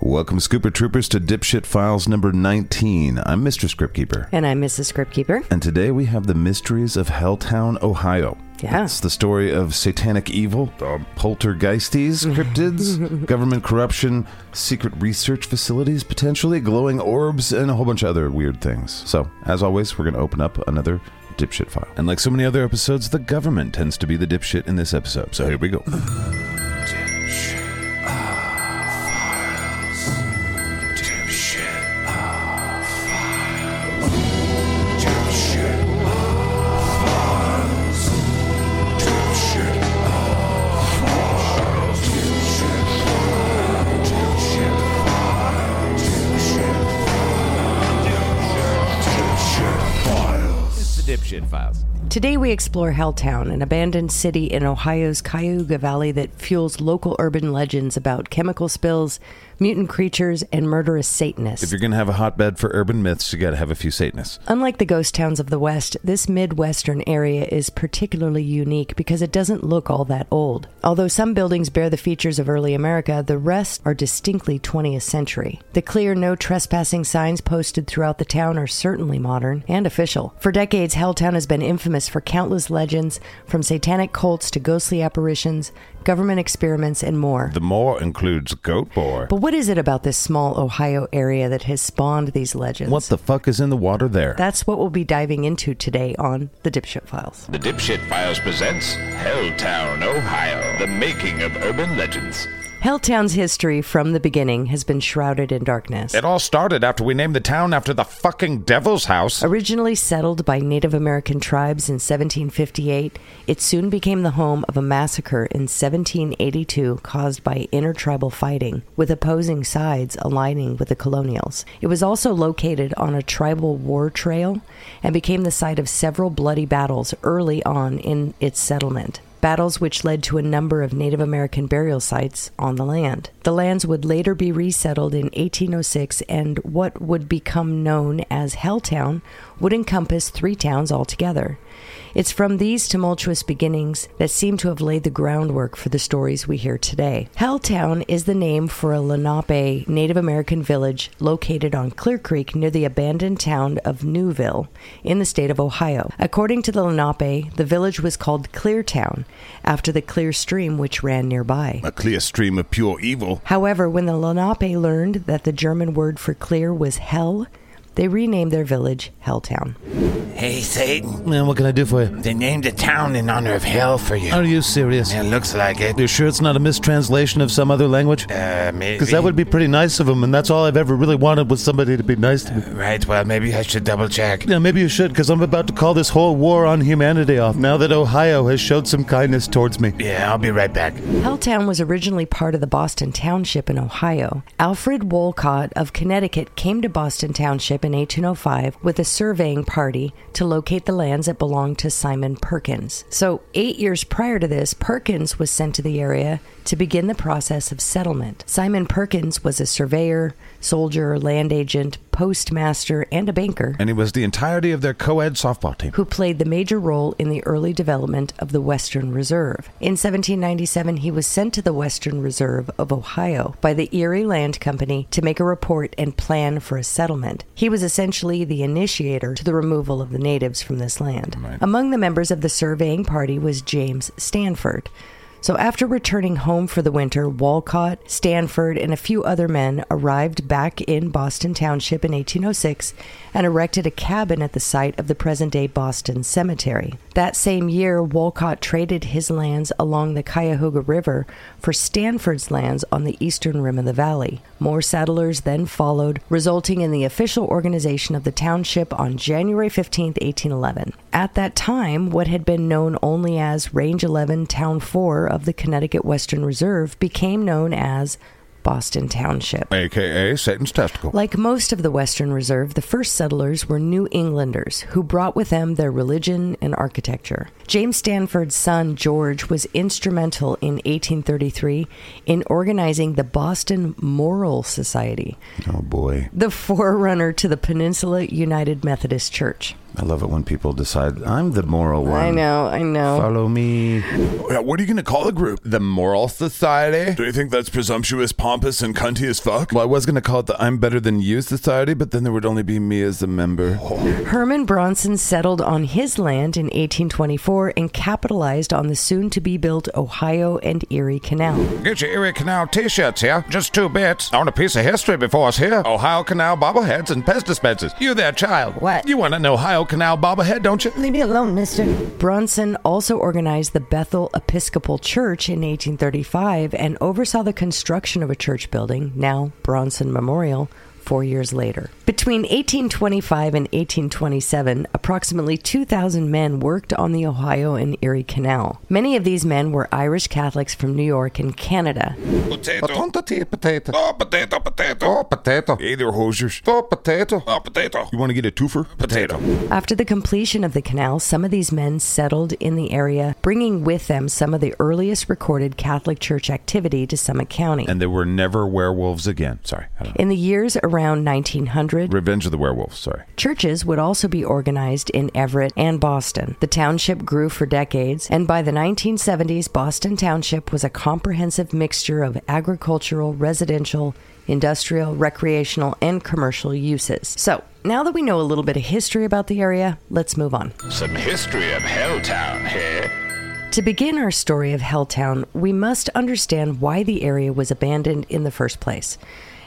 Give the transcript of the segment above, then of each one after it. Welcome, Scooper Troopers, to Dipshit Files number 19. I'm Mr. Scriptkeeper. And I'm Mrs. Script Keeper. And today we have the mysteries of Helltown, Ohio. Yeah. It's the story of satanic evil, um, poltergeisties, cryptids, government corruption, secret research facilities, potentially glowing orbs, and a whole bunch of other weird things. So, as always, we're going to open up another dipshit file. And like so many other episodes, the government tends to be the dipshit in this episode. So here we go. It's the dipshit files. Today we explore Helltown, an abandoned city in Ohio's Cayuga Valley that fuels local urban legends about chemical spills, mutant creatures, and murderous If Satanists. you're going to have a hotbed for urban myths, you got to have a few Satanists. Unlike the ghost towns of the West, this Midwestern area is particularly unique because it doesn't look all that old. Although some buildings bear the features of early America, the rest are distinctly 20th century. The clear no trespassing signs posted throughout the town are certainly modern and official. For decades, Helltown has been infamous for countless legends, from satanic cults to ghostly apparitions, government experiments, and more. The more includes Goat Boy. But what is it about this small Ohio area that has spawned these legends? What the fuck is in the water there? That's what we'll be diving into today on The Dipshit Files. The Dipshit Files presents Helltown, Ohio. The making of urban legends. Helltown's history from the beginning has been shrouded in darkness. all started after we named the town after the fucking devil's house. Originally settled by Native American tribes in 1758, it soon became the home of a massacre in 1782 caused by intertribal fighting, with opposing sides aligning with the colonials. It was also located on a tribal war trail and became the site of several bloody battles early on in its settlement. battles which led to a number of Native American burial sites on the land. The lands would later be resettled in 1806, and what would become known as Helltown would encompass three towns altogether. It's from these tumultuous beginnings that seem to have laid the groundwork for the stories we hear today. Helltown is the name for a Lenape Native American village located on Clear Creek near the abandoned town of Newville in the state of Ohio. According to the Lenape, the village was called Cleartown after the clear stream which ran nearby. A clear stream of pure evil. However, when the Lenape learned that the German word for clear was hell, they renamed their village Helltown. Hey, Satan, Man, what can I do for you? they named a town in honor of hell for you. Are you serious? It looks like it. You're sure it's not a mistranslation of some other language? Uh, maybe. Because that would be pretty nice of him, and that's all I've ever really wanted was somebody to be nice to me. Right, well, maybe I should double check. Yeah, maybe you should, because I'm about to call this whole war on humanity off now that Ohio has showed some kindness towards me. Yeah, I'll be right back. Helltown was originally part of the Boston Township in Ohio. Alfred Wolcott of Connecticut came to Boston Township in 1805 with a surveying party to locate the lands that belonged to Simon Perkins. So, eight years prior to this, Perkins was sent to the area to begin the process of settlement. Simon Perkins was a surveyor, soldier, land agent, postmaster, and a banker And it was the entirety of their co ed softball team. who played the major role in the early development of the Western Reserve. In 1797, he was sent to the Western Reserve of Ohio by the Erie Land Company to make a report and plan for a settlement. He was essentially the initiator to the removal of the natives from this land. Among the members of the surveying party was James Stanford. So, after returning home for the winter, Walcott, Stanford, and a few other men arrived back in Boston Township in 1806 and erected a cabin at the site of the present day Boston Cemetery. That same year, Walcott traded his lands along the Cuyahoga River for Stanford's lands on the eastern rim of the valley. More settlers then followed, resulting in the official organization of the township on January 15, 1811. At that time, what had been known only as Range 11, Town 4 of the Connecticut Western Reserve became known as Boston Township. AKA Satan's testicle. Like most of the Western Reserve, the first settlers were New Englanders who brought with them their religion and architecture. James Stanford's son, George, was instrumental in 1833 in organizing the Boston Moral Society, Oh boy. the forerunner to the Peninsula United Methodist Church. I love it when people decide I'm the moral one. I know, I know. Follow me. Yeah, what are you going to call the group? The Moral Society? Do you think that's presumptuous, pompous, and cunty as fuck? Well, I was going to call it the I'm Better Than You Society, but then there would only be me as a member. Oh, Herman Bronson settled on his land in 1824 and capitalized on the soon to be built Ohio and Erie Canal. Get your Erie Canal t shirts here. Just two bits. I want a piece of history before us here. Ohio Canal bobbleheads and pest dispensers. You there, child. What? You want an Ohio Canal bobblehead, don't you? Leave me alone, mister. Bronson also organized the Bethel Episcopal Church in 1835 and oversaw the construction of a church building, now Bronson Memorial. Four years later. Between 1825 and 1827, approximately 2,000 men worked on the Ohio and Erie Canal. Many of these men were Irish Catholics from New York and Canada. Potato. Potato. Potato. Oh, potato, potato. Oh, potato. Hey there, hosiers. Oh, potato. Oh, potato. You want to get a twofer? Potato. After the completion of the canal, some of these men settled in the area, bringing with them some of the earliest recorded Catholic Church activity to Summit County. And there were never werewolves again. Sorry. I don't know. in the years around 1900, Revenge of the Werewolves. Sorry. churches would also be organized in Everett and Boston. The township grew for decades, and by the 1970s, Boston Township was a comprehensive mixture of agricultural, residential, industrial, recreational, and commercial uses. So, now that we know a little bit of history about the area, let's move on. Some history of Helltown here. To begin our story of Helltown, we must understand why the area was abandoned in the first place.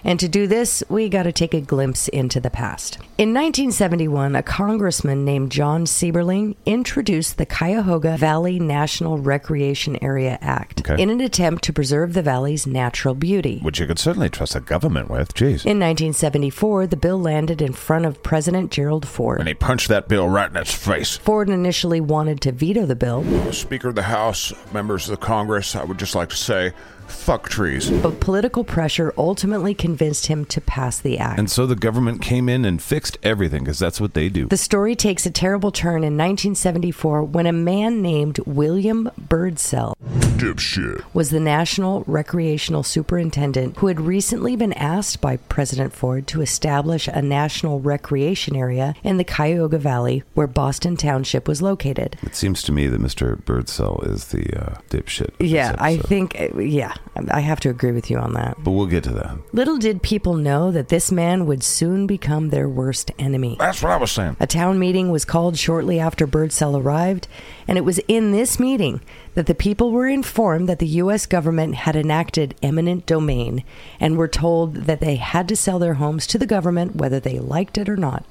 And to do this, we got to take a glimpse into the past. In 1971, a congressman named John Sieberling introduced the Cuyahoga Valley National Recreation Area Act Okay. in an attempt to preserve the valley's natural beauty. Which you could certainly trust the government with. Jeez. In 1974, the bill landed in front of President Gerald And Ford. he punched that bill right in its face. Ford initially wanted to veto the bill, Speaker of the House, members of the Congress, I would just like to say, fuck trees. but political pressure ultimately convinced him to pass the act. And so the government came in and fixed everything because that's what they do. The story takes a terrible turn in 1974 when a man named William Birdsell Dipshit. was the National Recreational Superintendent who had recently been asked by President Ford to establish a national recreation area in the Cuyahoga Valley where Boston Township was located. It seems to me that Mr. Birdsell is the uh, dipshit. of this Yeah, I episode. think, yeah, I have to agree with you on that. But we'll get to that. Little did people know that this man would soon become their worst enemy. That's what I was saying. A town meeting was called shortly after Birdsell arrived, and it was in this meeting that the people were informed that the U.S. government had enacted eminent domain and were told that they had to sell their homes to the government whether they liked it or not.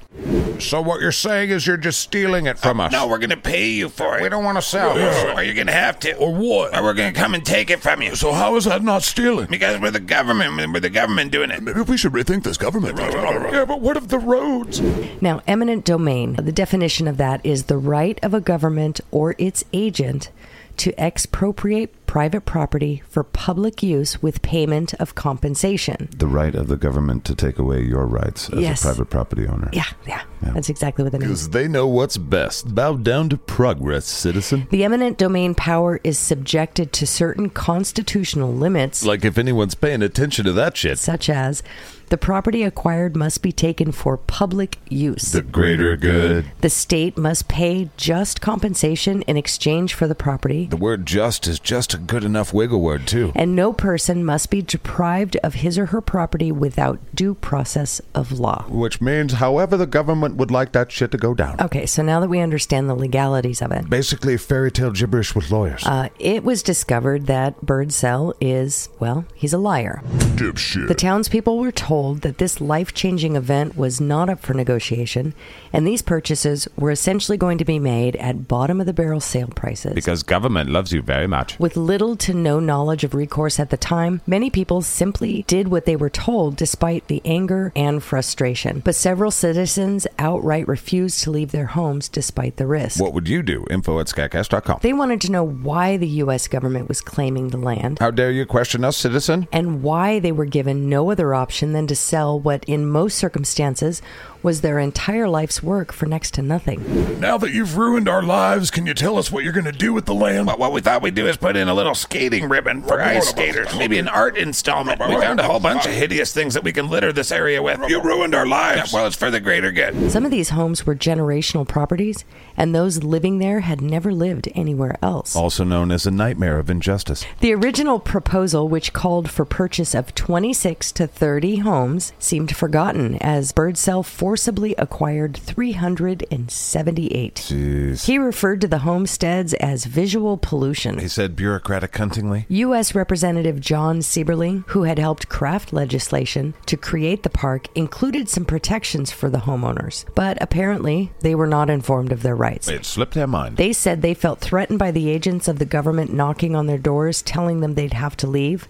So what you're saying is you're just stealing it from us. Uh, No, we're gonna pay you for it. We don't want to sell. Or you're gonna have to, or what? Or we're gonna come and take it from you. So how is that not stealing? Because we're the government. We're the government doing it. Maybe we should rethink this government. yeah, but what if the roads? Now, eminent domain, the definition of that is the right of a government or its agent to expropriate private property for public use with payment of compensation. The right of the government to take away your rights as Yes. a private property owner. Yeah, yeah, that's exactly what it means. Because they know what's best. Bow down to progress, citizen. The eminent domain power is subjected to certain constitutional limits, Like if anyone's paying attention to that shit. such as the property acquired must be taken for public use. The, greater good. state must pay just compensation in exchange for the property, The word just is just a good enough wiggle word, too. and no person must be deprived of his or her property without due process of law. Which means however the government would like that shit to go down. Okay, so now that we understand the legalities of it, Basically fairy tale gibberish with lawyers. Um, uh, it was discovered that Birdsell is, well, he's a liar. Dipshit. The townspeople were told that this life changing event was not up for negotiation, and these purchases were essentially going to be made at bottom of the barrel sale prices. Because government loves you very much. With little to no knowledge of recourse at the time, many people simply did what they were told despite the anger and frustration. But several citizens outright refused to leave their homes despite the risk. what would you do? Info at scatcast.com. They wanted to know why the U.S. government was claiming the land. How dare you question us, citizen? and why they were given no other option than to sell what, in most circumstances, was their entire life's work for next to nothing. Now that you've ruined our lives, can you tell us what you're going to do with the land? What we thought we'd do is put in a little skating ribbon for ice skaters, maybe an art installment. We found a whole bunch of hideous things that we can litter this area with. You ruined our lives. Well, it's for the greater good. Some of these homes were generational properties, and those living there had never lived anywhere else. Also known as a nightmare of injustice. The original proposal, which called for purchase of 26 to 30 homes, seemed forgotten as Birdsell forcibly acquired 378. He referred to the homesteads as visual He pollution. said bureaucratic cuntingly. U.S. Representative John Sieberling, who had helped craft legislation to create the park, included some protections for the homeowners, but apparently they were not informed of their rights. It slipped their mind. They said they felt threatened by the agents of the government knocking on their doors, telling them they'd have to leave.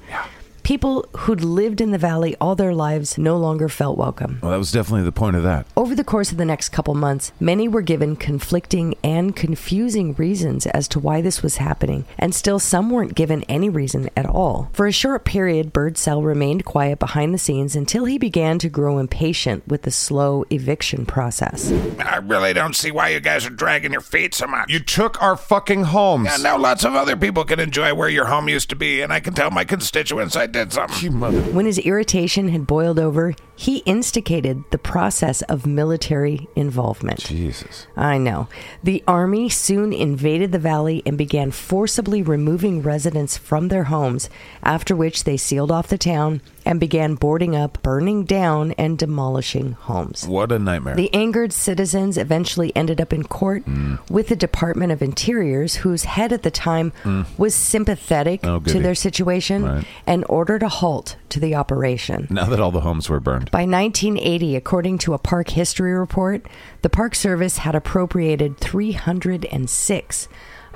People who'd lived in the valley all their lives no longer felt welcome. well, that was definitely the point of that. Over the course of the next couple months, many were given conflicting and confusing reasons as to why this was happening, and still some weren't given any reason at all. For a short period, Birdsell remained quiet behind the scenes until he began to grow impatient with the slow eviction process. I really don't see why you guys are dragging your feet so much. You took our fucking homes. And now lots of other people can enjoy where your home used to be, and I can tell my constituents I did something. When his irritation had boiled over, he instigated the process of military involvement. Jesus. I know. The army soon invaded the valley and began forcibly removing residents from their homes, after which they sealed off the town and began boarding up, burning down, and demolishing homes. What a nightmare. The angered citizens eventually ended up in court Mm. with the Department of Interiors, whose head at the time was sympathetic Mm. Oh, to goody. their situation Right. and ordered a halt to the operation. now that all the homes were burned. By 1980, according to a park history report, the Park Service had appropriated 306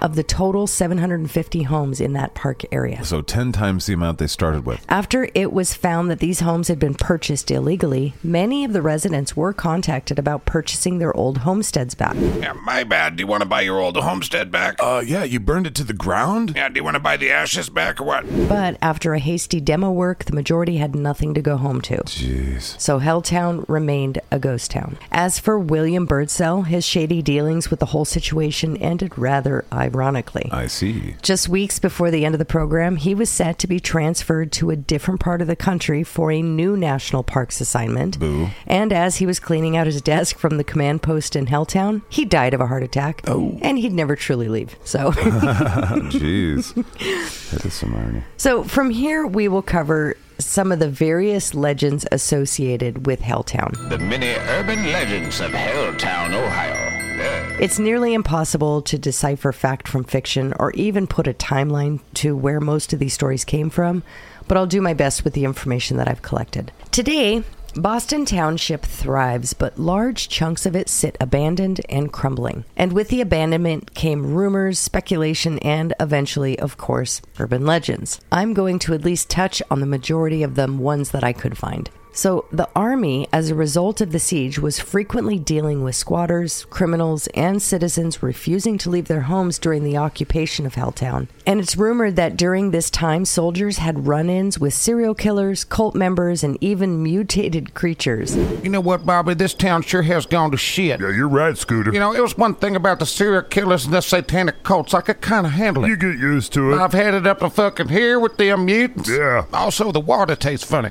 of the total 750 homes in that park area. So 10 times the amount they started with. After it was found that these homes had been purchased illegally, many of the residents were contacted about purchasing their old homesteads back. Yeah, my bad. Do you want to buy your old homestead back? Uh, yeah, you burned it to the ground? yeah, do you want to buy the ashes back or what? But after a hasty demo work, the majority had nothing to go home to. Jeez. So Helltown remained a ghost town. As for William Birdsell, his shady dealings with the whole situation ended rather ironically. I see. Just weeks before the end of the program, he was set to be transferred to a different part of the country for a new national parks assignment. Boo. And as he was cleaning out his desk from the command post in Helltown, he died of a heart attack. Oh. And he'd never truly leave. So Jeez. that is some irony. So from here we will cover some of the various legends associated with Helltown. The many urban legends of Helltown, Ohio. Yeah. It's nearly impossible to decipher fact from fiction or even put a timeline to where most of these stories came from, but I'll do my best with the information that I've collected. Today, Boston Township thrives, but large chunks of it sit abandoned and crumbling. And with the abandonment came rumors, speculation, and eventually, of course, urban legends. I'm going to at least touch on the majority of them, ones that I could find. So, the army, as a result of the siege, was frequently dealing with squatters, criminals, and citizens refusing to leave their homes during the occupation of Helltown. And it's rumored that during this time, soldiers had run ins with serial killers, cult members, and even mutated creatures. You know what, Bobby? This town sure has gone to shit. Yeah, you're right, Scooter. You know, it was one thing about the serial killers and the satanic cults. I could kind of handle it. You get used to it. I've had it up to fucking here with them mutants. Yeah. Also, the water tastes funny.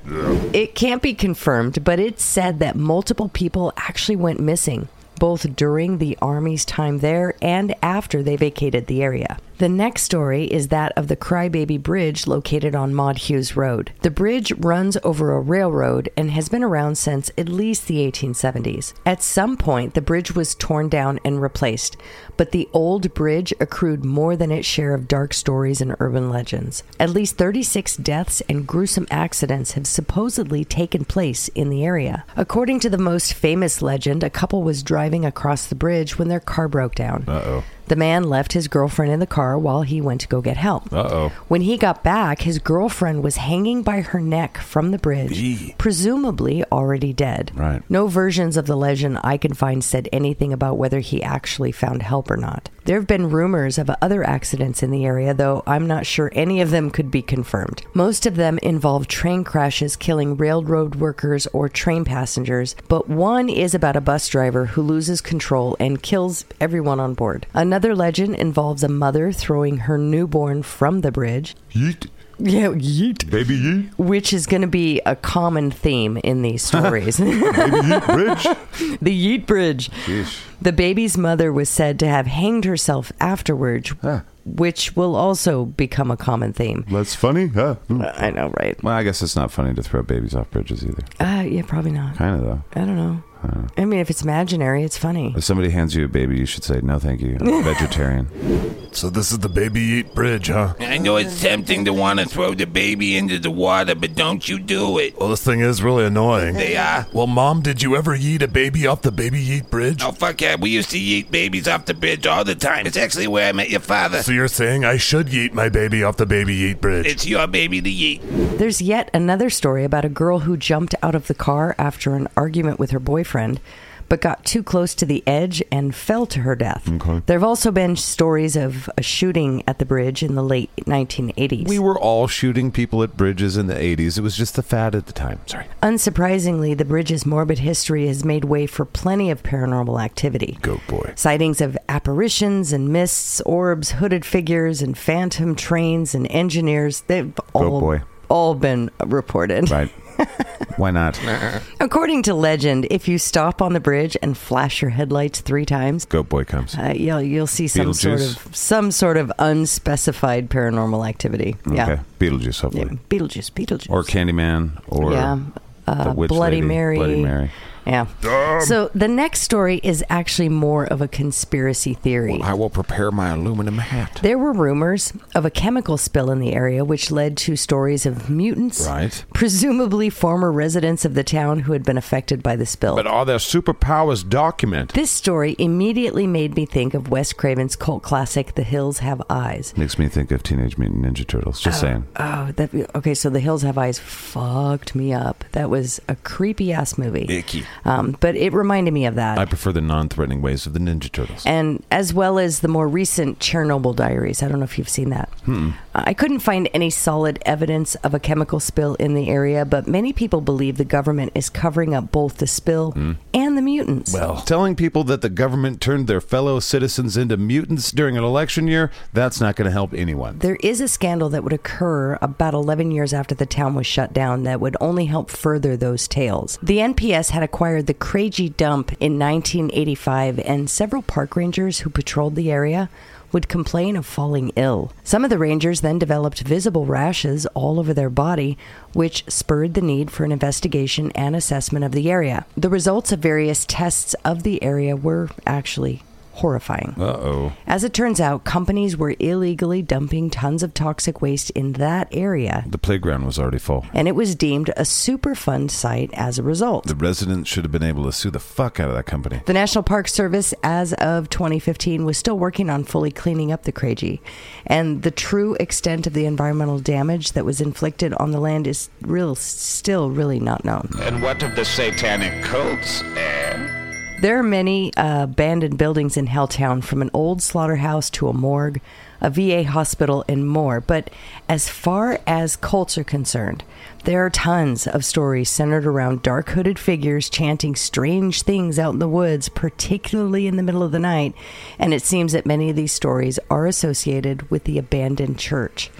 It can't be confirmed, but it's said that multiple people actually went missing, both during the Army's time there and after they vacated the area. The next story is that of the Crybaby Bridge located on Maud Hughes Road. The bridge runs over a railroad and has been around since at least the 1870s. At some point, the bridge was torn down and replaced, but the old bridge accrued more than its share of dark stories and urban legends. At least 36 deaths and gruesome accidents have supposedly taken place in the area. According to the most famous legend, a couple was driving across the bridge when their car broke down. Uh-oh. The man left his girlfriend in the car while he went to go get help. Uh-oh. When he got back, his girlfriend was hanging by her neck from the bridge, presumably already dead. Right. No versions of the legend I can find said anything about whether he actually found help or not. There have been rumors of other accidents in the area, though I'm not sure any of them could be confirmed. Most of them involve train crashes killing railroad workers or train passengers, but one is about a bus driver who loses control and kills everyone on board. Another legend involves a mother throwing her newborn from the bridge. Yeet. Yeah, yeet. Baby yeet. Which is going to be a common theme in these stories. the Yeet Bridge. The baby's mother was said to have hanged herself afterwards, which will also become a common theme. That's funny, huh? I know, right? Well, I guess it's not funny to throw babies off bridges either. Uh, yeah, probably not. Kind of though. I don't know. I mean, if it's imaginary, it's funny. If somebody hands you a baby, you should say no, thank you. I'm vegetarian. So this is the baby eat bridge, huh? I know it's tempting to want to throw the baby into the water, but don't you do it. Well, this thing is really annoying. They are. Well, mom, did you ever eat a baby off the baby eat bridge? Oh, fuck yeah. We used to eat babies off the bridge all the time. It's actually where I met your father. So you're saying I should eat my baby off the baby eat bridge? It's your baby to eat. There's yet another story about a girl who jumped out of the car after an argument with her boyfriend, but got too close to the edge and fell to her death. There have also been stories of a shooting at the bridge in the late 1980s. we were all shooting people at bridges in the 80s. It was just the fad at the time. Sorry. Unsurprisingly, the bridge's morbid history has made way for plenty of paranormal activity. Go boy. Sightings of apparitions and mists, orbs, hooded figures, and phantom trains and engineers, they've all, boy. all been reported. Right. Why not? According to legend, if you stop on the bridge and flash your headlights three times, Goat boy comes. uh, you'll, you'll see some sort Beetlejuice? of some sort of unspecified paranormal activity. Okay. Yeah. Beetlejuice, yeah. hopefully. Beetlejuice, Beetlejuice. Or Candyman. Or yeah. the Uh, Witch Bloody Lady, Mary. Bloody Mary. Yeah. So the next story is actually more of a conspiracy theory. I will prepare my aluminum hat. There were rumors of a chemical spill in the area, which led to stories of mutants, Right. presumably former residents of the town who had been affected by the spill. But are their superpowers documented? this story immediately made me think of Wes Craven's cult classic, The Hills Have Eyes. Makes me think of Teenage Mutant Ninja Turtles. Just saying. Oh, that okay. So The Hills Have Eyes fucked me up. That was a creepy ass movie. Icky. Um, but it reminded me of that. I prefer the non threatening ways of the Ninja Turtles. and as well as the more recent Chernobyl diaries. I don't know if you've seen that. Hmm. I couldn't find any solid evidence of a chemical spill in the area, but many people believe the government is covering up both the spill and the mutants. Hmm. Well, telling people that the government turned their fellow citizens into mutants during an election year, that's not going to help anyone. there is a scandal that would occur about 11 years after the town was shut down that would only help further those tales. The NPS had acquired the Craigie dump in 1985, and several park rangers who patrolled the area would complain of falling ill. Some of the rangers then developed visible rashes all over their body, which spurred the need for an investigation and assessment of the area. The results of various tests of the area were actually horrifying. As it turns out, companies were illegally dumping tons of toxic waste in that area, The playground was already full. and it was deemed a Superfund site as a result. The residents should have been able to sue the fuck out of that company. The National Park Service, as of 2015, was still working on fully cleaning up the Craigie, and the true extent of the environmental damage that was inflicted on the land is real, still really not known. And what of the satanic cults, eh? There are many uh, abandoned buildings in Helltown, from an old slaughterhouse to a morgue, a VA hospital, and more. But as far as cults are concerned, there are tons of stories centered around dark hooded figures chanting strange things out in the woods, particularly in the middle of the night. And it seems that many of these stories are associated with the abandoned church.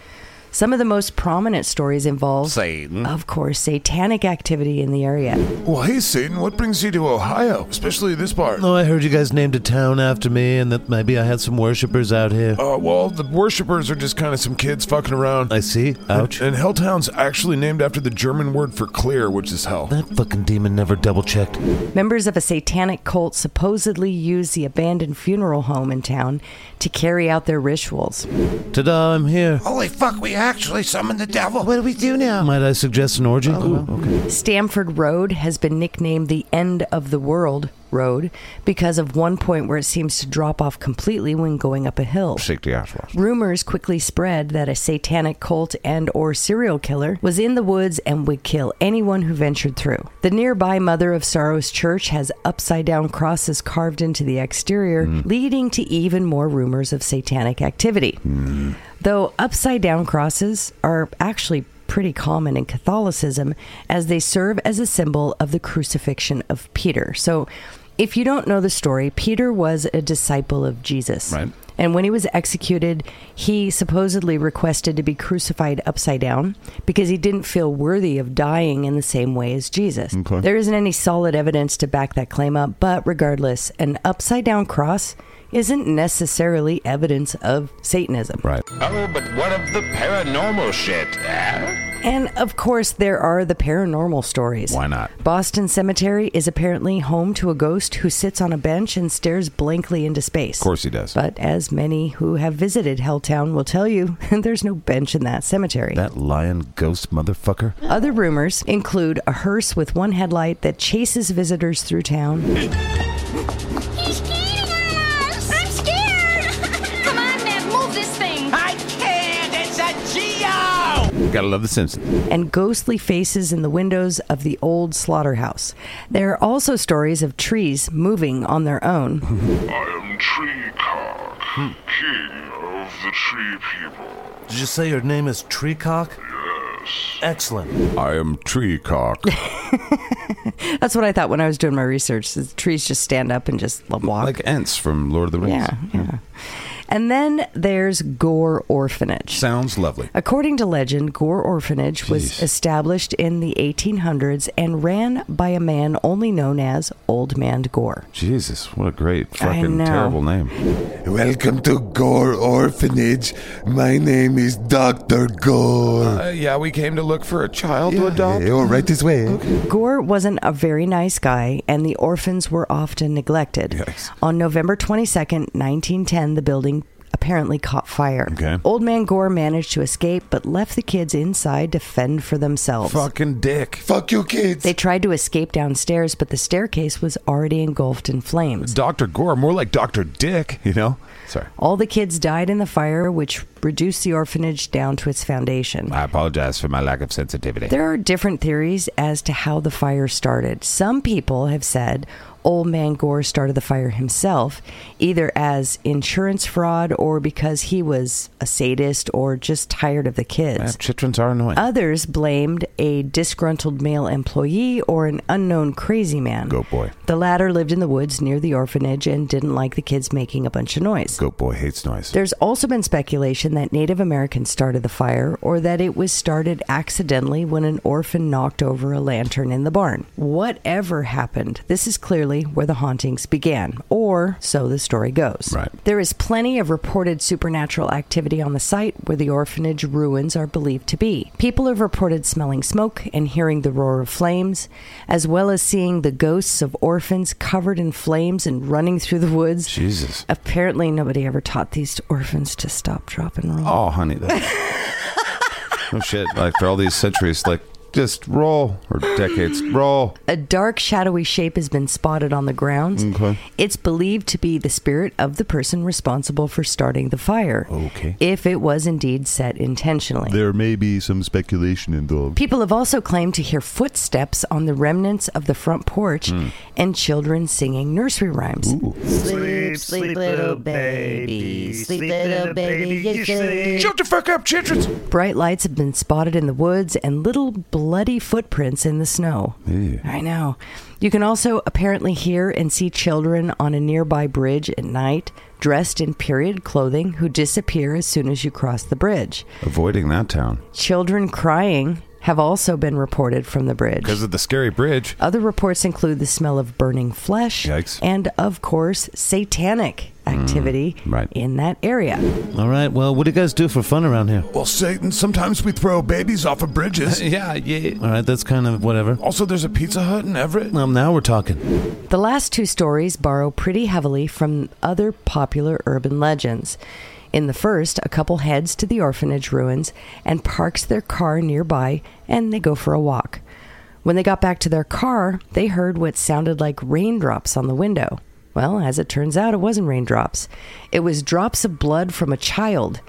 Some of the most prominent stories involve, Satan. of course, satanic activity in the area. Well, hey, Satan, what brings you to Ohio? Especially this part. Oh, I heard you guys named a town after me and that maybe I had some worshippers out here. Uh, well, the worshippers are just kind of some kids fucking around. I see. Uh, Ouch. And Helltown's actually named after the German word for clear, which is hell. That fucking demon never double checked. Members of a satanic cult supposedly used the abandoned funeral home in town to carry out their rituals. Ta da, I'm here. Holy fuck, we actually summoned the devil. What do we do now? Might I suggest an orgy? Oh, Ooh, okay. Stamford Road has been nicknamed the end of the world road because of one point where it seems to drop off completely when going up a hill. Shake the ass off. Rumors quickly spread that a satanic cult and or serial killer was in the woods and would kill anyone who ventured through. The nearby Mother of Sorrows church has upside down crosses carved into the exterior, leading to even more rumors of satanic activity. Though upside down crosses are actually pretty common in Catholicism as they serve as a symbol of the crucifixion of Peter. So, if you don't know the story, Peter was a disciple of Jesus. Right. And when he was executed, he supposedly requested to be crucified upside down because he didn't feel worthy of dying in the same way as Jesus. There isn't any solid evidence to back that claim up, but regardless, an upside down cross isn't necessarily evidence of Satanism. Right. Oh, but what of the paranormal shit? Eh? And of course, there are the paranormal stories. Why not? Boston Cemetery is apparently home to a ghost who sits on a bench and stares blankly into space. Of course he does. But as many who have visited Helltown will tell you, there's no bench in that cemetery. That lion ghost motherfucker. Other rumors include a hearse with one headlight that chases visitors through town, He's cheating on us! I'm scared! Come on, Matt, move this thing! I can't! It's a Geo! Gotta love The Simpsons. and ghostly faces in the windows of the old slaughterhouse. There are also stories of trees moving on their own. I am Treecock, king of the tree people. Did you say your name is Treecock? Yes. Excellent. I am Treecock. That's what I thought when I was doing my research. Is trees just stand up and just walk. Like Ents from Lord of the Rings. yeah, yeah. And then there's Gore Orphanage. Sounds lovely. According to legend, Gore Orphanage was established in the 1800s and ran by a man only known as Old Man Gore. Jesus, what a great I fucking know. terrible name. Welcome to Gore Orphanage. My name is Dr. Gore. Uh, yeah, we came to look for a child to adopt. Hey, all right this way. Gore wasn't a very nice guy, and the orphans were often neglected. On November 22nd, 1910, the building apparently caught fire. Okay. Old man Gore managed to escape, but left the kids inside to fend for themselves. Fucking dick. Fuck you, kids. They tried to escape downstairs, but the staircase was already engulfed in flames. Dr. Gore, more like Dr. Dick, you know? Sorry. All the kids died in the fire, which reduced the orphanage down to its foundation. I apologize for my lack of sensitivity. There are different theories as to how the fire started. Some people have said Old Man Gore started the fire himself, either as insurance fraud or because he was a sadist or just tired of the Yeah, kids. Chitrons are annoying. Others blamed a disgruntled male employee or an unknown crazy man. Goat boy. The latter lived in the woods near the orphanage and didn't like the kids making a bunch of noise. Goat boy hates noise. There's also been speculation that Native Americans started the fire or that it was started accidentally when an orphan knocked over a lantern in the barn. Whatever happened, this is clearly where the hauntings began, or so the story goes. Right. There is plenty of reported supernatural activity on the site where the orphanage ruins are believed to be. People have reported smelling smoke and hearing the roar of flames, as well as seeing the ghosts of orphans covered in flames and running through the woods. Jesus. Apparently, nobody ever taught these orphans to stop, drop, and roll. Oh, honey. That... oh, shit. Like, for all these centuries, like, just roll, or decades, roll. A dark, shadowy shape has been spotted on the grounds. Okay. It's believed to be the spirit of the person responsible for starting the fire. Okay. If it was indeed set intentionally. There may be some speculation involved. People have also claimed to hear footsteps on the remnants of the front porch Hmm. and children singing nursery rhymes. Sleep, sleep, little baby. Sleep, little baby, you sleep. Shut the fuck up, Chitrons! Bright lights have been spotted in the woods and little bloody footprints in the snow. I know. You can also apparently hear and see children on a nearby bridge at night dressed in period clothing who disappear as soon as you cross the bridge. Avoiding that town. Children crying have also been reported from the bridge. Because of the scary bridge. Other reports include the smell of burning flesh Yikes. Mm, and, of course, satanic activity right. in that area. All right, well, what do you guys do for fun around here? well, Satan, sometimes we throw babies off of bridges. Yeah, yeah. All right, that's kind of whatever. Also, there's a Pizza Hut in Everett. Well, now we're talking. The last two stories borrow pretty heavily from other popular urban legends. In the first, a couple heads to the orphanage ruins and parks their car nearby and they go for a walk. When they got back to their car, they heard what sounded like raindrops on the window. Well, as it turns out, it wasn't raindrops. It was drops of blood from a child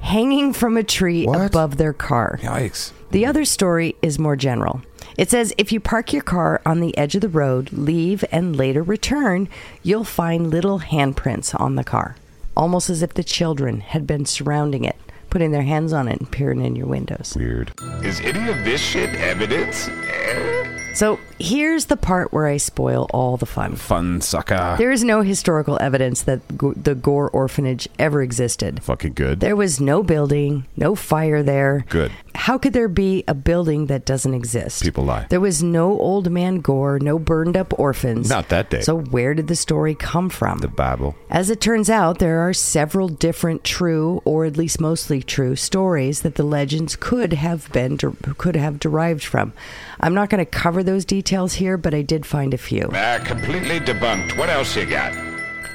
hanging from a tree above their car. Yikes. The other story is more general. It says if you park your car on the edge of the road, leave, and later return, you'll find little handprints on the car, almost as if the children had been surrounding it, putting their hands on it and peering in your windows. Weird. Is any of this shit evidence? Eh? So here's the part where I spoil all the fun. Fun sucker. There is no historical evidence that G- the Gore orphanage ever existed. Fucking good. There was no building, no fire there. Good. How could there be a building that doesn't exist? People lie. There was no old man Gore, no burned up orphans. Not that day. So where did the story come from? The Bible. As it turns out, there are several different true, or at least mostly true, stories that the legends could have been could have derived from. I'm not going to cover those details here, but I did find a few. Ah, completely debunked. What else you got?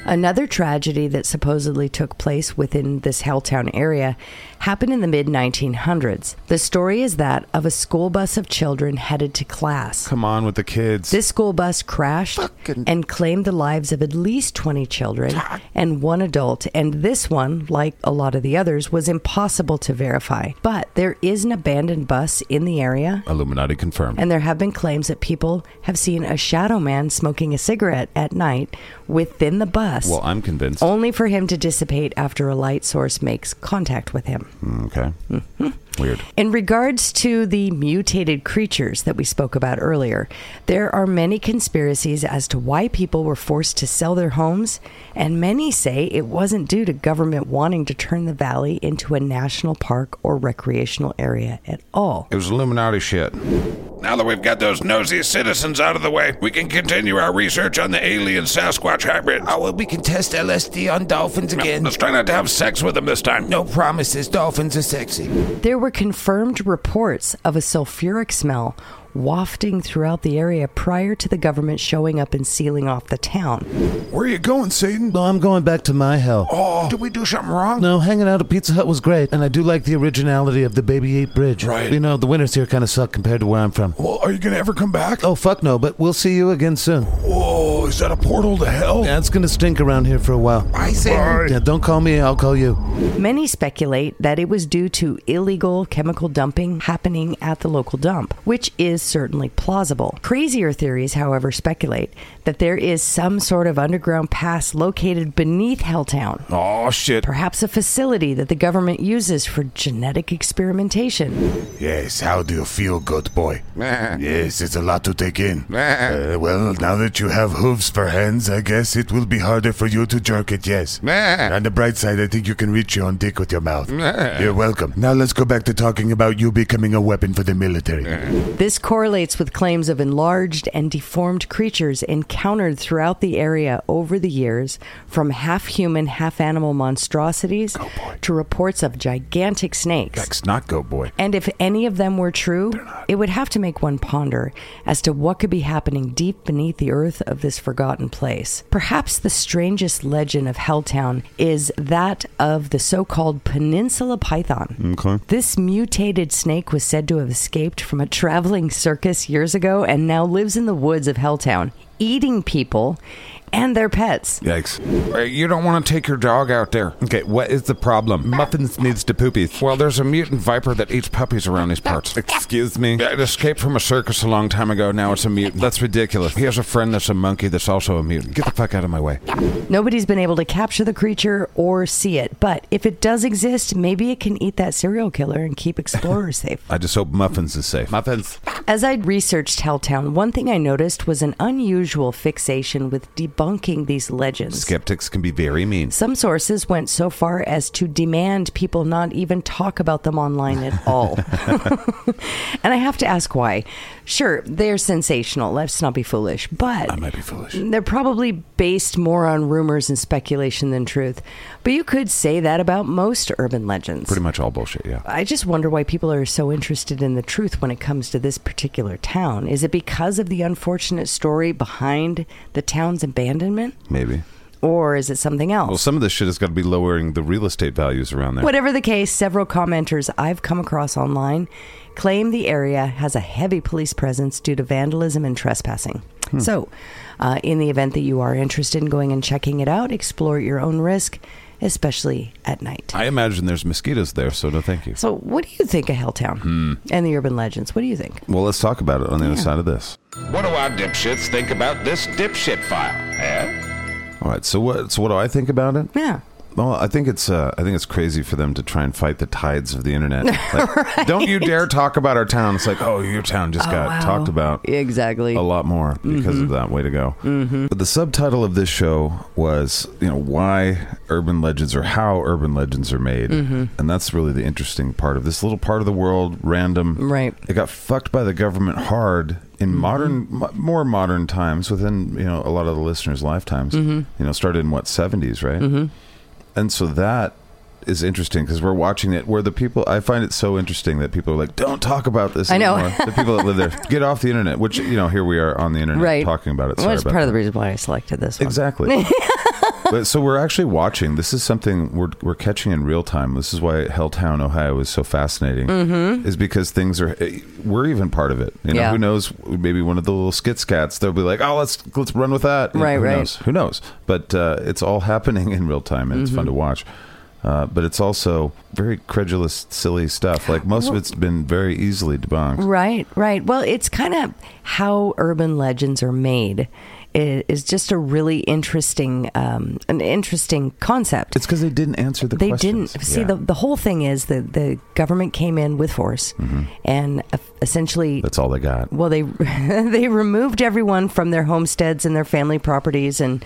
Another tragedy that supposedly took place within this Helltown area happened in the mid 1900s. The story is that of a school bus of children headed to class. Come on with the kids. This school bus crashed and claimed the lives of at least 20 children and one adult, and this one, like a lot of the others, was impossible to verify. But there is an abandoned bus in the area, Illuminati confirmed. and there have been claims that people have seen a shadow man smoking a cigarette at night within the bus, well, I'm convinced. only for him to dissipate after a light source makes contact with him. Okay. Mm-hmm. Weird. In regards to the mutated creatures that we spoke about earlier, there are many conspiracies as to why people were forced to sell their homes, and many say it wasn't due to government wanting to turn the valley into a national park or recreational area at all. It was Illuminati shit. Now that we've got those nosy citizens out of the way, we can continue our research on the alien Sasquatch hybrid. Oh, well, we can test LSD on dolphins again. Let's try not to have sex with them this time. No promises. Dolphins are sexy. There were confirmed reports of a sulfuric smell wafting throughout the area prior to the government showing up and sealing off the town. Where are you going, Satan? No, I'm going back to my hell. Oh, Did we do something wrong? No, hanging out at Pizza Hut was great, and I do like the originality of the Baby Eight Bridge. Right. You know, the winters here kind of suck compared to where I'm from. well, are you gonna ever come back? Oh, fuck no, but we'll see you again soon. Whoa, is that a portal to hell? Yeah, it's gonna stink around here for a while. I say, Yeah, don't call me, I'll call you. Many speculate that it was due to illegal chemical dumping happening at the local dump, which is certainly plausible. Crazier theories, however, speculate that there is some sort of underground pass located beneath Helltown, Oh, shit. perhaps a facility that the government uses for genetic experimentation. Yes, how do you feel, good boy? Yes, it's a lot to take in. Meh. Uh, well, now that you have hooves for hands, I guess it will be harder for you to jerk it, yes. Meh. On the bright side, I think you can reach your own dick with your mouth. You're welcome. Now let's go back to talking about you becoming a weapon for the military. This correlates with claims of enlarged and deformed creatures encountered throughout the area over the years, from half human, half animal monstrosities to reports of gigantic snakes. It's not go, boy. And if any of them were true, it would have to make one ponder as to what could be happening deep beneath the earth of this forgotten place. Perhaps the strangest legend of Helltown is that of the so called Peninsula Python. Okay. This mutated snake was said to have escaped from a traveling circus years ago and now lives in the woods of Helltown, eating people and their pets. Yikes. Uh, You don't want to take your dog out there. Okay, what is the problem? Muffins needs to poopy. Well, there's a mutant viper that eats puppies around these parts. Excuse me. Yeah, It escaped from a circus a long time ago. Now it's a mutant. That's ridiculous. He has a friend that's a monkey that's also a mutant. Get the fuck out of my way. Nobody's been able to capture the creature or see it, but if it does exist, maybe it can eat that serial killer and keep explorers safe. I just hope Muffins is safe. Muffins. As I researched Helltown, one thing I noticed was an unusual fixation with debunking these legends. Skeptics can be very mean. Some sources went so far as to demand people not even talk about them online at all. and I have to ask why. Sure, they're sensational. Let's not be foolish. But I might be foolish. they're probably based more on rumors and speculation than truth. But you could say that about most urban legends. Pretty much all bullshit, yeah. I just wonder why people are so interested in the truth when it comes to this particular town. Is it because of the unfortunate story behind the town's abandonment? Maybe. Or is it something else? Well, some of this shit has got to be lowering the real estate values around there. Whatever the case, several commenters I've come across online claim the area has a heavy police presence due to vandalism and trespassing. Hmm. So, uh, in the event that you are interested in going and checking it out, explore at your own risk, especially at night. I imagine there's mosquitoes there, so no thank you. So, what do you think of Helltown Hmm. and the urban legends? What do you think? Well, let's talk about it on the other side of this. What do our dipshits think about this dipshit file, eh? All right. So what? So what do I think about it? Yeah. Well, I think it's uh, I think it's crazy for them to try and fight the tides of the internet. Like, Don't you dare talk about our town. It's like, oh, your town just Oh, got wow. talked about exactly a lot more because of that. Way to go. Mm-hmm. But the subtitle of this show was, you know, why urban legends or how urban legends are made, Mhm. and that's really the interesting part of this little part of the world. Random, right? It got fucked by the government hard in modern, mo- more modern times. Within you know a lot of the listeners' lifetimes, Mhm. you know, started in what seventies, right? Mhm. And so that is interesting because we're watching it where the people I find it so interesting that people are like, don't talk about this. I know. anymore." the people that live there get off the internet. Which you know, here we are on the internet Right. talking about it. Well, Sorry it's about part that. of the reason why I selected this. Exactly. but so we're actually watching. This is something we're we're catching in real time. This is why Helltown, Ohio, is so fascinating. Mm-hmm. Mhm. Is because things are eh, we're even part of it. You know, Yeah. who knows? Maybe one of the little skits cats. They'll be like, oh, let's let's run with that. Right, who right. Knows? Who knows? But uh, it's all happening in real time, and it's fun Mhm. to Mm-hmm. watch. Uh, but it's also very credulous, silly stuff. Like most of Well- it's been very easily debunked. Right, right. Well, it's kind of how urban legends are made. It is just a really interesting, um, an interesting concept. It's because they didn't answer the. They questions. didn't see Yeah. the the whole thing is that the government came in with force, Mm-hmm. and uh, essentially That's all they got. well they they removed everyone from their homesteads and their family properties and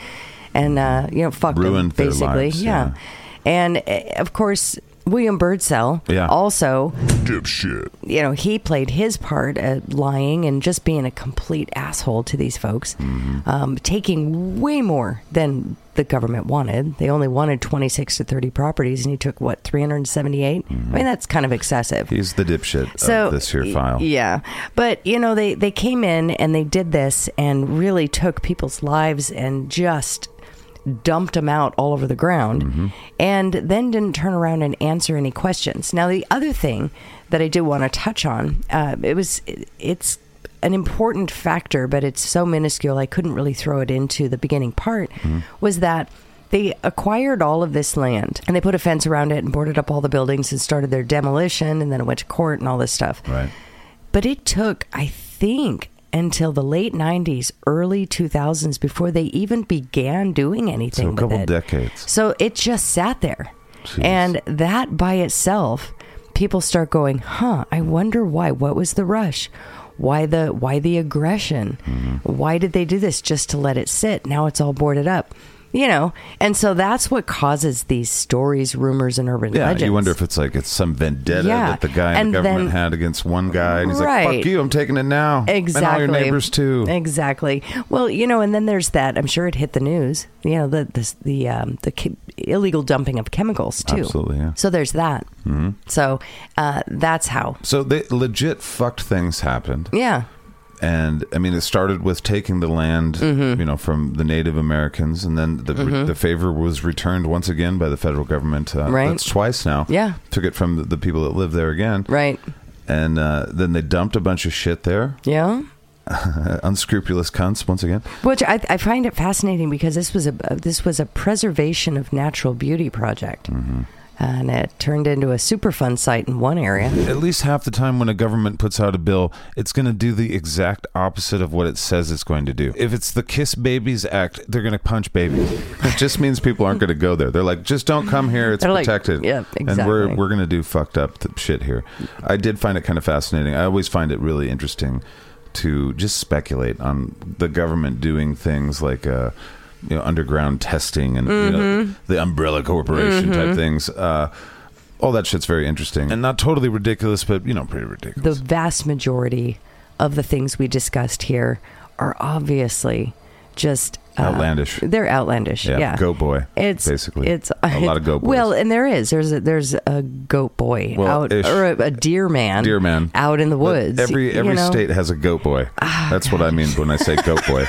and uh, you know fucked them, Ruined their basically lives, yeah. and uh, of course William Birdsell Yeah. also Dipshit. you know he played his part at lying and just being a complete asshole to these folks Mm-hmm. um, taking way more than the government wanted they only wanted 26 to 30 properties and he took what 378 I mean that's kind of excessive He's the dipshit so Mm-hmm. of this here y- file. Yeah, but you know they they came in and they did this and really took people's lives and just dumped them out all over the ground and then didn't turn around and answer any questions. Now the other thing that I do want to touch on uh, it was it, it's an important factor but it's so minuscule I couldn't really throw it into the beginning part was that they acquired all of this land and they put a fence around it and boarded up all the buildings and started their demolition and then it went to court and all this stuff. Right. But it took, I think, until the late 90s, early 2000s before they even began doing anything So a with couple it. decades. So it just sat there. And that by itself, people start going, "Huh, I wonder why. What was the rush? Why the why the aggression? Mm-hmm. Why did they do this just to let it sit? Now it's all boarded up." You know, and so that's what causes these stories, rumors, and urban Yeah, legends. you wonder if it's like it's some vendetta Yeah, that the guy in the and government then- had against one guy, and he's like, Right. "Fuck you, I'm taking it now." Exactly. and all your neighbors too. Exactly. Well, you know, and then there's that. I'm sure it hit the news. You know, the the the, um, the che- illegal dumping of chemicals too. Absolutely, yeah. So there's that. hmm So uh, that's how. So they legit fucked things happened, Yeah. and I mean, it started with taking the land, Mm-hmm. you know, from the Native Americans, and then the Mhm. the favor was returned once again by the federal government. Uh, Right. that's twice now. Yeah. took it from the, the people that live there again. Right. And uh, then they dumped a bunch of shit there. Uh, Yeah. Unscrupulous cunts once again. Which I, I find it fascinating because this was a this was a preservation of natural beauty project, Mm-hmm. and it turned into a Superfund site in one area. At least half the time when a government puts out a bill, it's going to do the exact opposite of what it says it's going to do. If it's the Kiss Babies Act, they're going to punch babies. it just means people aren't going to go there. They're like, just don't come here. It's They're like, protected. yeah, And we're, exactly. we're going to do fucked up th- shit here. I did find it kind of fascinating. I always find it really interesting to just speculate on the government doing things like, uh, you know, underground testing and you know, Mm-hmm. Mhm. the umbrella corporation type Mhm. things. Uh, all that shit's very interesting and not totally ridiculous, but you know, pretty ridiculous. the vast majority of the things we discussed here are obviously just uh, Outlandish. They're outlandish. Yeah, Goat boy. It's basically it's a lot of goat boys. Well, and there is there's a, there's a goat boy Well, out ish. or a, a deer man, Deer man. out in the woods. every you every know? Ah, state has a goat boy. That's what I mean when I say goat boy.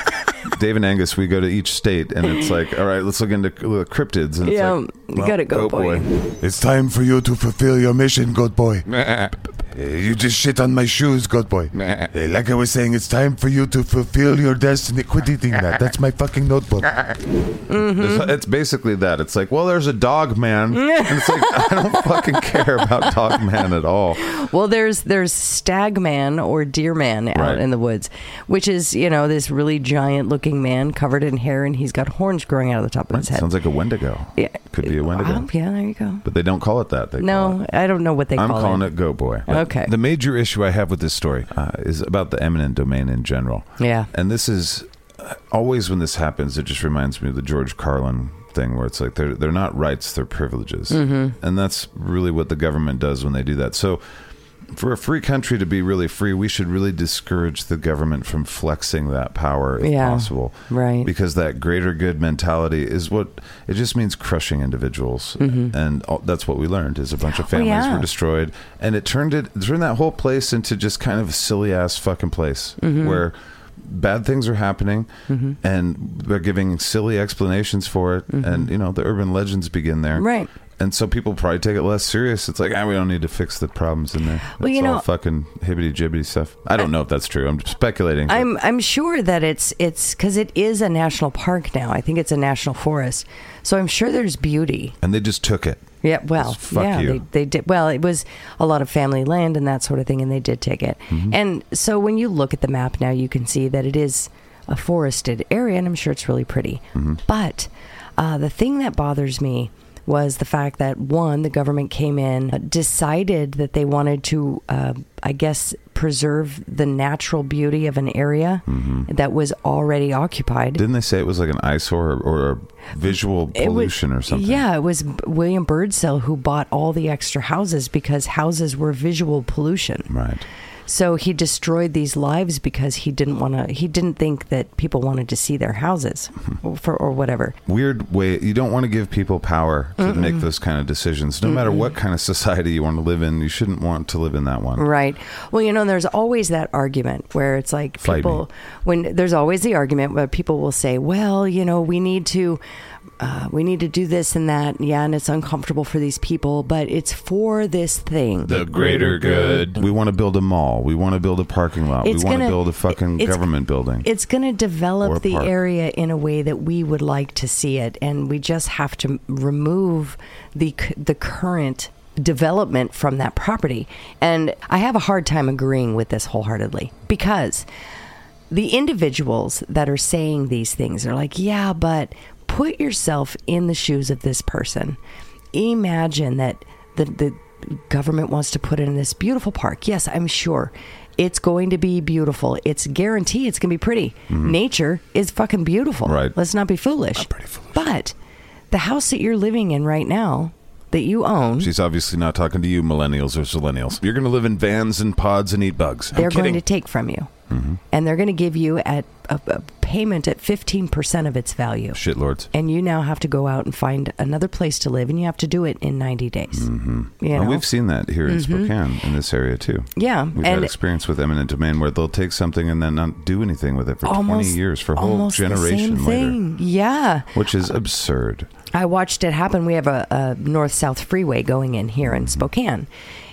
Dave and Angus, we go to each state, and it's like, all right, let's look into the cryptids. And it's Yeah, like, you gotta go, oh boy. It's time for you to fulfill your mission, good boy. Uh, you just shit on my shoes, good boy. Uh, like I was saying, it's time for you to fulfill your destiny. Quit eating that. That's my fucking notebook. Mm-hmm. It's, it's basically that. It's like, well, there's a dog man, and it's like I don't fucking care about dog man at all. Well, there's there's stag man or deer man out Right. in the woods, which is you know this really giant looking man covered in hair and he's got horns growing out of the top of his head. Sounds like a Wendigo. Yeah. could be a Wendigo, Oh, yeah, there you go. but they don't call it that. They No, I don't know what they I'm call calling it. it. Go Boy. Okay. The major issue I have with this story uh, is about the eminent domain in general. Yeah. And this is uh, always when this happens, it just reminds me of the George Carlin thing where it's like they're, they're not rights, they're privileges. Mhm. Mm-hmm. And that's really what the government does when they do that. So for a free country to be really free, we should really discourage the government from flexing that power if Yeah. possible. Right. Because that greater good mentality is what it just means crushing individuals. Mhm. And all, that's what we learned is a bunch of Well, families Oh, yeah. were destroyed, and it turned it turned that whole place into just kind of a silly ass fucking place Mm-hmm. Mhm. where bad things are happening, and they're giving silly explanations for it, and you know the urban legends begin there, Mm-hmm. Right. And so people probably take it less serious. It's like, ah, we don't need to fix the problems in there. Well, it's you all know- fucking hibbity jibbity stuff. I don't know if that's true. I'm speculating. but- I'm I'm sure that it's it's because it is a national park now. I think it's a national forest, so I'm sure there's beauty. and they just took it. Yeah, well, Just fuck yeah, you. They, they did. Well, it was a lot of family land and that sort of thing, and they did take it. Mm-hmm. And so when you look at the map now, you can see that it is a forested area, and I'm sure it's really pretty. Mm-hmm. But uh, the thing that bothers me was the fact that one, the government came in, uh, decided that they wanted to, uh, I guess, preserve the natural beauty of an area Mm-hmm. that was already occupied. Didn't they say it was like an eyesore or, or a visual It was- pollution or something? Yeah, it was B- William Birdsell who bought all the extra houses because houses were visual pollution. Right. So he destroyed these lives because he didn't want to. He didn't think that people wanted to see their houses, Hmm. or for or whatever. weird way you don't want to give people power to Mm-mm. make those kind of decisions no matter what kind of society you want to live in you shouldn't want to live in that one Right. Well, you know, there's always that argument where it's like Fight me. people when there's always the argument where people will say, "Well, you know, we need to uh, we need to do this and that, yeah, and it's uncomfortable for these people, but it's for this thing." greater good we want to build a mall we want to build a parking lot It's we want gonna- to build a fucking it's- government building It's going to Or a develop the park. area in a way that we would like to see it, and we just have to remove the c- the current development from that property. And I have a hard time agreeing with this wholeheartedly because the individuals that are saying these things are like, yeah, but put yourself in the shoes of this person. Imagine that the, the government wants to put in this beautiful park. Yes, I'm sure it's going to be beautiful. It's guaranteed it's going to be pretty. Nature is fucking beautiful. Mm-hmm. Right. Let's not be foolish. But the house that you're living in right now that you own, she's obviously not talking to you millennials or zillennials you're going to live in vans and pods and eat bugs they're going to take from you. And they're going to give you at a, a payment at 15% of its value. shitlords and you now have to go out and find another place to live and you have to do it in 90 days you know? And Mm-hmm. we've seen that here in Mhm. Spokane in this area too. Yeah, We've had and- experience with eminent domain where they'll take something and then not do anything with it for 20 years for a whole almost the generation same later, thing. yeah which is absurd. I watched it happen. We have a, a north south freeway going in here in Spokane.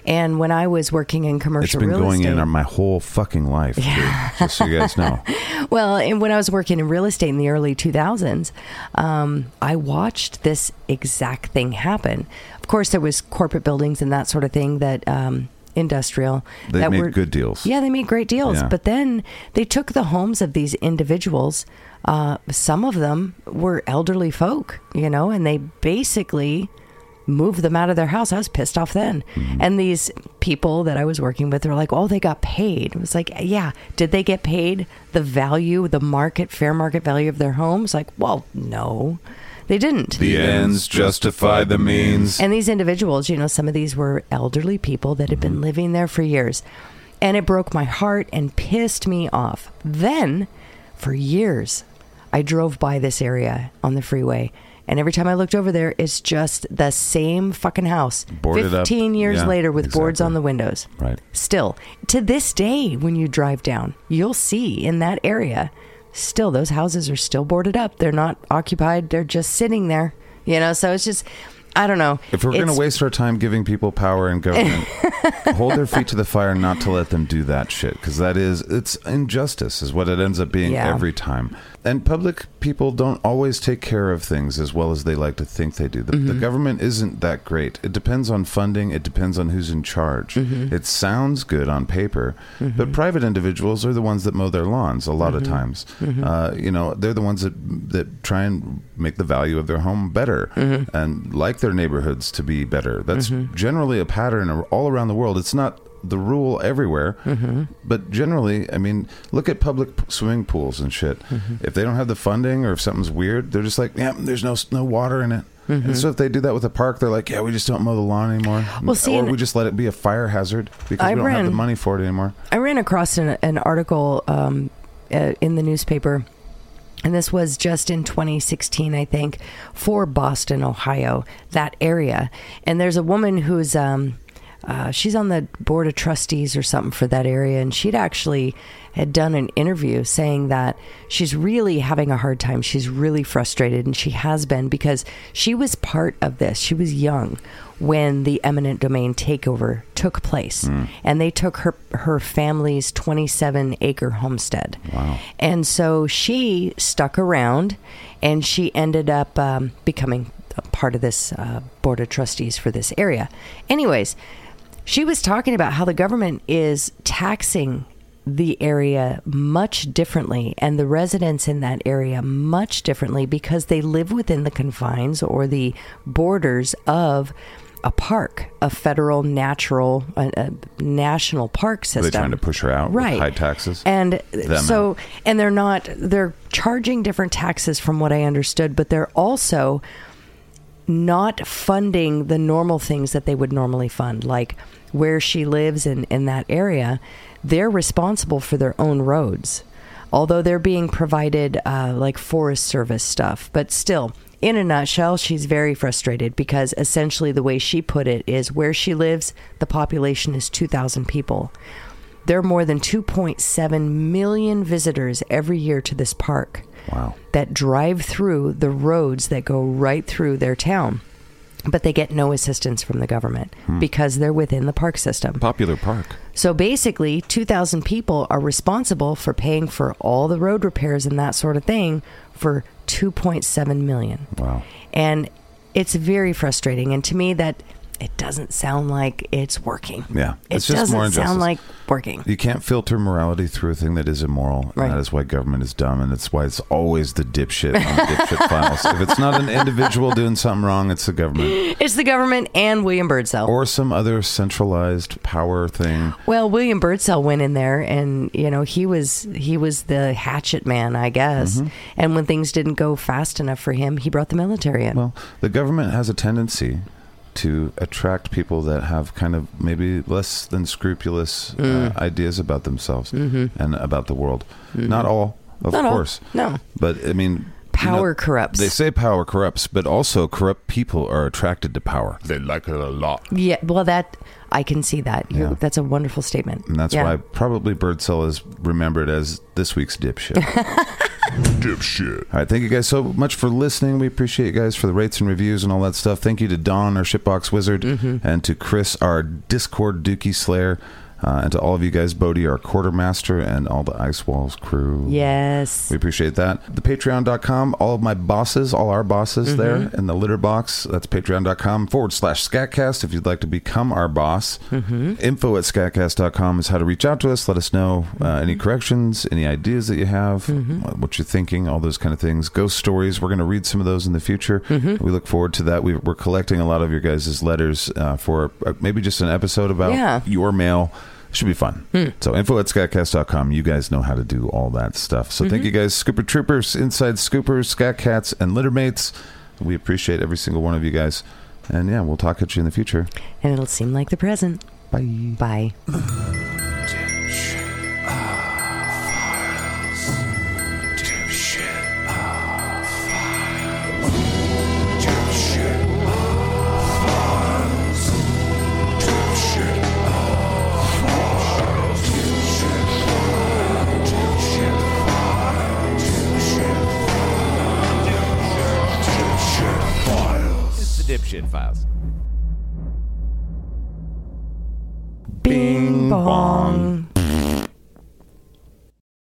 And when I was working in Mm-hmm. It's commercial been real going estate, in on my whole fucking life, too, just so you guys know. well, and when I was working in real estate in the early 2000s, um, I watched this exact thing happen. Of course, there was corporate buildings and that sort of thing that um, industrial They that made good deals. Yeah, they made great deals. Yeah. But then they took the homes of these individuals. Uh, some of them were elderly folk, you know, and they basically moved them out of their house. I was pissed off then. Mm-hmm. And these people that I was working with are like, oh, they got paid. It was like, yeah, did they get paid the value, the market, fair market value of their homes? Like, well, no, they didn't. justify the means. And these individuals, you know, some of these were elderly people that had Mm-hmm. been living there for years. And it broke my heart and pissed me off. Then, for years, I drove by this area on the freeway. And every time I looked over there, it's just the same fucking house. Boarded up. 15 years Yeah, later with boards on the windows. Right. Still, to this day, when you drive down, you'll see in that area still those houses are still boarded up. They're not occupied. They're just sitting there. You know, so it's just I don't know. If we're going to It's- waste our time giving people power and government, hold their feet to the fire not to let them do that shit because that is it's injustice is what it ends up being Yeah. every time. And public people don't always take care of things as well as they like to think they do. The, the government isn't that great. It depends on funding, it depends on who's in charge. It sounds good on paper, but private individuals are the ones that mow their lawns a lot of times. Uh, you know, they're the ones that that try and make the value of their home better and like their neighborhoods to be better. That's generally a pattern ar- all around the world. It's not the rule everywhere, Mm-hmm. but generally, I mean, look at public p- swimming pools and shit. Mm-hmm. If they don't have the funding or if something's weird, they're just like, yeah, there's no s- no water in it. And so if they do that with a park, they're like, yeah, we just don't mow the lawn anymore, Mm-hmm. Well, see, or and- we just let it be a fire hazard because I we don't have the ran- money for it anymore. I ran across an, an article um, uh, in the newspaper, and this was just in 2016, I think, for Boston, Ohio, that area. And there's a woman who's. Um, uh, she's on the board of trustees or something for that area, and she'd actually had done an interview saying that she's really having a hard time. She's really frustrated, and she has been because she was part of this. She was young when the eminent domain takeover took place, and they took her her family's twenty seven acre homestead. Wow! And so she stuck around, and she ended up um, becoming a part of this uh, board of trustees for this area. Anyways, she was talking about how the government is taxing the area much differently and the residents in that area much differently because they live within the confines or the borders of a park, a federal natural a, a national park Are system. they trying to push her out Right. with high taxes? And Them so, and they're not, they're charging different taxes from what I understood, but they're also not funding the normal things that they would normally fund, like where she lives in, in that area. They're responsible for their own roads, although they're being provided uh, like Forest Service stuff, but still. In a nutshell, she's very frustrated because essentially the way she put it is where she lives, the population is 2,000 people. There are more than 2.7 million visitors every year to this park. Wow. That drive through the roads that go right through their town. But they get no assistance from the government Hmm. because they're within the park system. Popular park. So basically, 2,000 people are responsible for paying for all the road repairs and that sort of thing for 2.7 million. Wow. And it's very frustrating. And to me, that it doesn't sound like it's working. Yeah, It it's just doesn't more injustice. sound like working. You can't filter morality through a thing that is immoral. Right. And that is why government is dumb, and it's why it's always the dipshit on dipshit files. If it's not an individual doing something wrong, it's the government It's the government and William Birdsell. or some other centralized power thing. Well, William Birdsell went in there, and you know he was he was the hatchet man, I guess. Mm-hmm. And when things didn't go fast enough for him, he brought the military in. Well, the government has a tendency to attract people that have kind of maybe less than scrupulous Mm. Mm-hmm. uh, ideas about themselves and about the world. Not all, of Not all. course. No. But I mean, Power corrupts. They say power corrupts, but also corrupt people are attracted to power. They like it a lot. yeah, well that I can see that. You're- Yeah. That's a wonderful statement. And that's Yeah. why probably Birdsell is remembered as this week's dipshit. dipshit. All right, thank you guys so much for listening. We appreciate you guys for the rates and reviews and all that stuff. Thank you to Don, our shitbox wizard, and to Chris, our Discord dookie slayer, uh, and to all of you guys, Bodie, our quartermaster, and all the Ice Walls crew. Yes. We appreciate that. The patreon.com, all of my bosses, all our bosses there in the litter box. That's patreon.com forward slash scatcast if you'd like to become our boss. Info at scatcast.com is how to reach out to us. Let us know uh, any corrections, any ideas that you have, wh- what you're thinking, all those kind of things. Ghost stories, we're going to read some of those in the future. We look forward to that. We, we're collecting a lot of your guys' letters uh, for uh, maybe just an episode about Yeah. your mail. Should be fun. So info at scatcast.com. You guys know how to do all that stuff. So thank you guys, Scooper Troopers, Inside Scoopers, Scat Cats, and Littermates. We appreciate every single one of you guys. And yeah, we'll talk at you in the future. And it'll seem like the present. Bye. Bye. Dipshit. Dipshit. Dipshit. shit files. Bing bong.